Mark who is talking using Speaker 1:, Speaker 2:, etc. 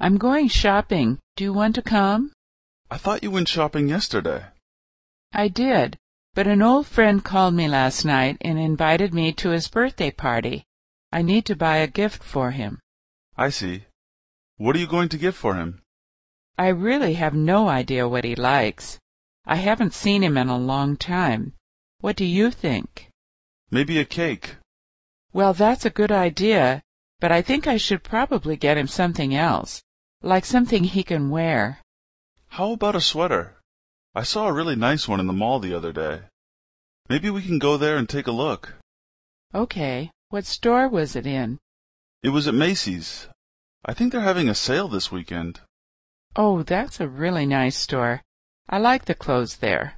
Speaker 1: I'm going shopping. Do you want to come?
Speaker 2: I thought you went shopping yesterday.
Speaker 1: I did, but an old friend called me last night and invited me to his birthday party. I need to buy a gift for him.
Speaker 2: I see. What are you going to get for him?
Speaker 1: I really have no idea what he likes. I haven't seen him in a long time. What do you think?
Speaker 2: Maybe a cake.
Speaker 1: Well, that's a good idea, but I think I should probably get him something else, like something he can wear.
Speaker 2: How about a sweater? I saw a really nice one in the mall the other day. Maybe we can go there and take a look.
Speaker 1: Okay, what store was it in?
Speaker 2: It was at Macy's. I think they're having a sale this weekend.
Speaker 1: Oh, that's a really nice store. I like the clothes there.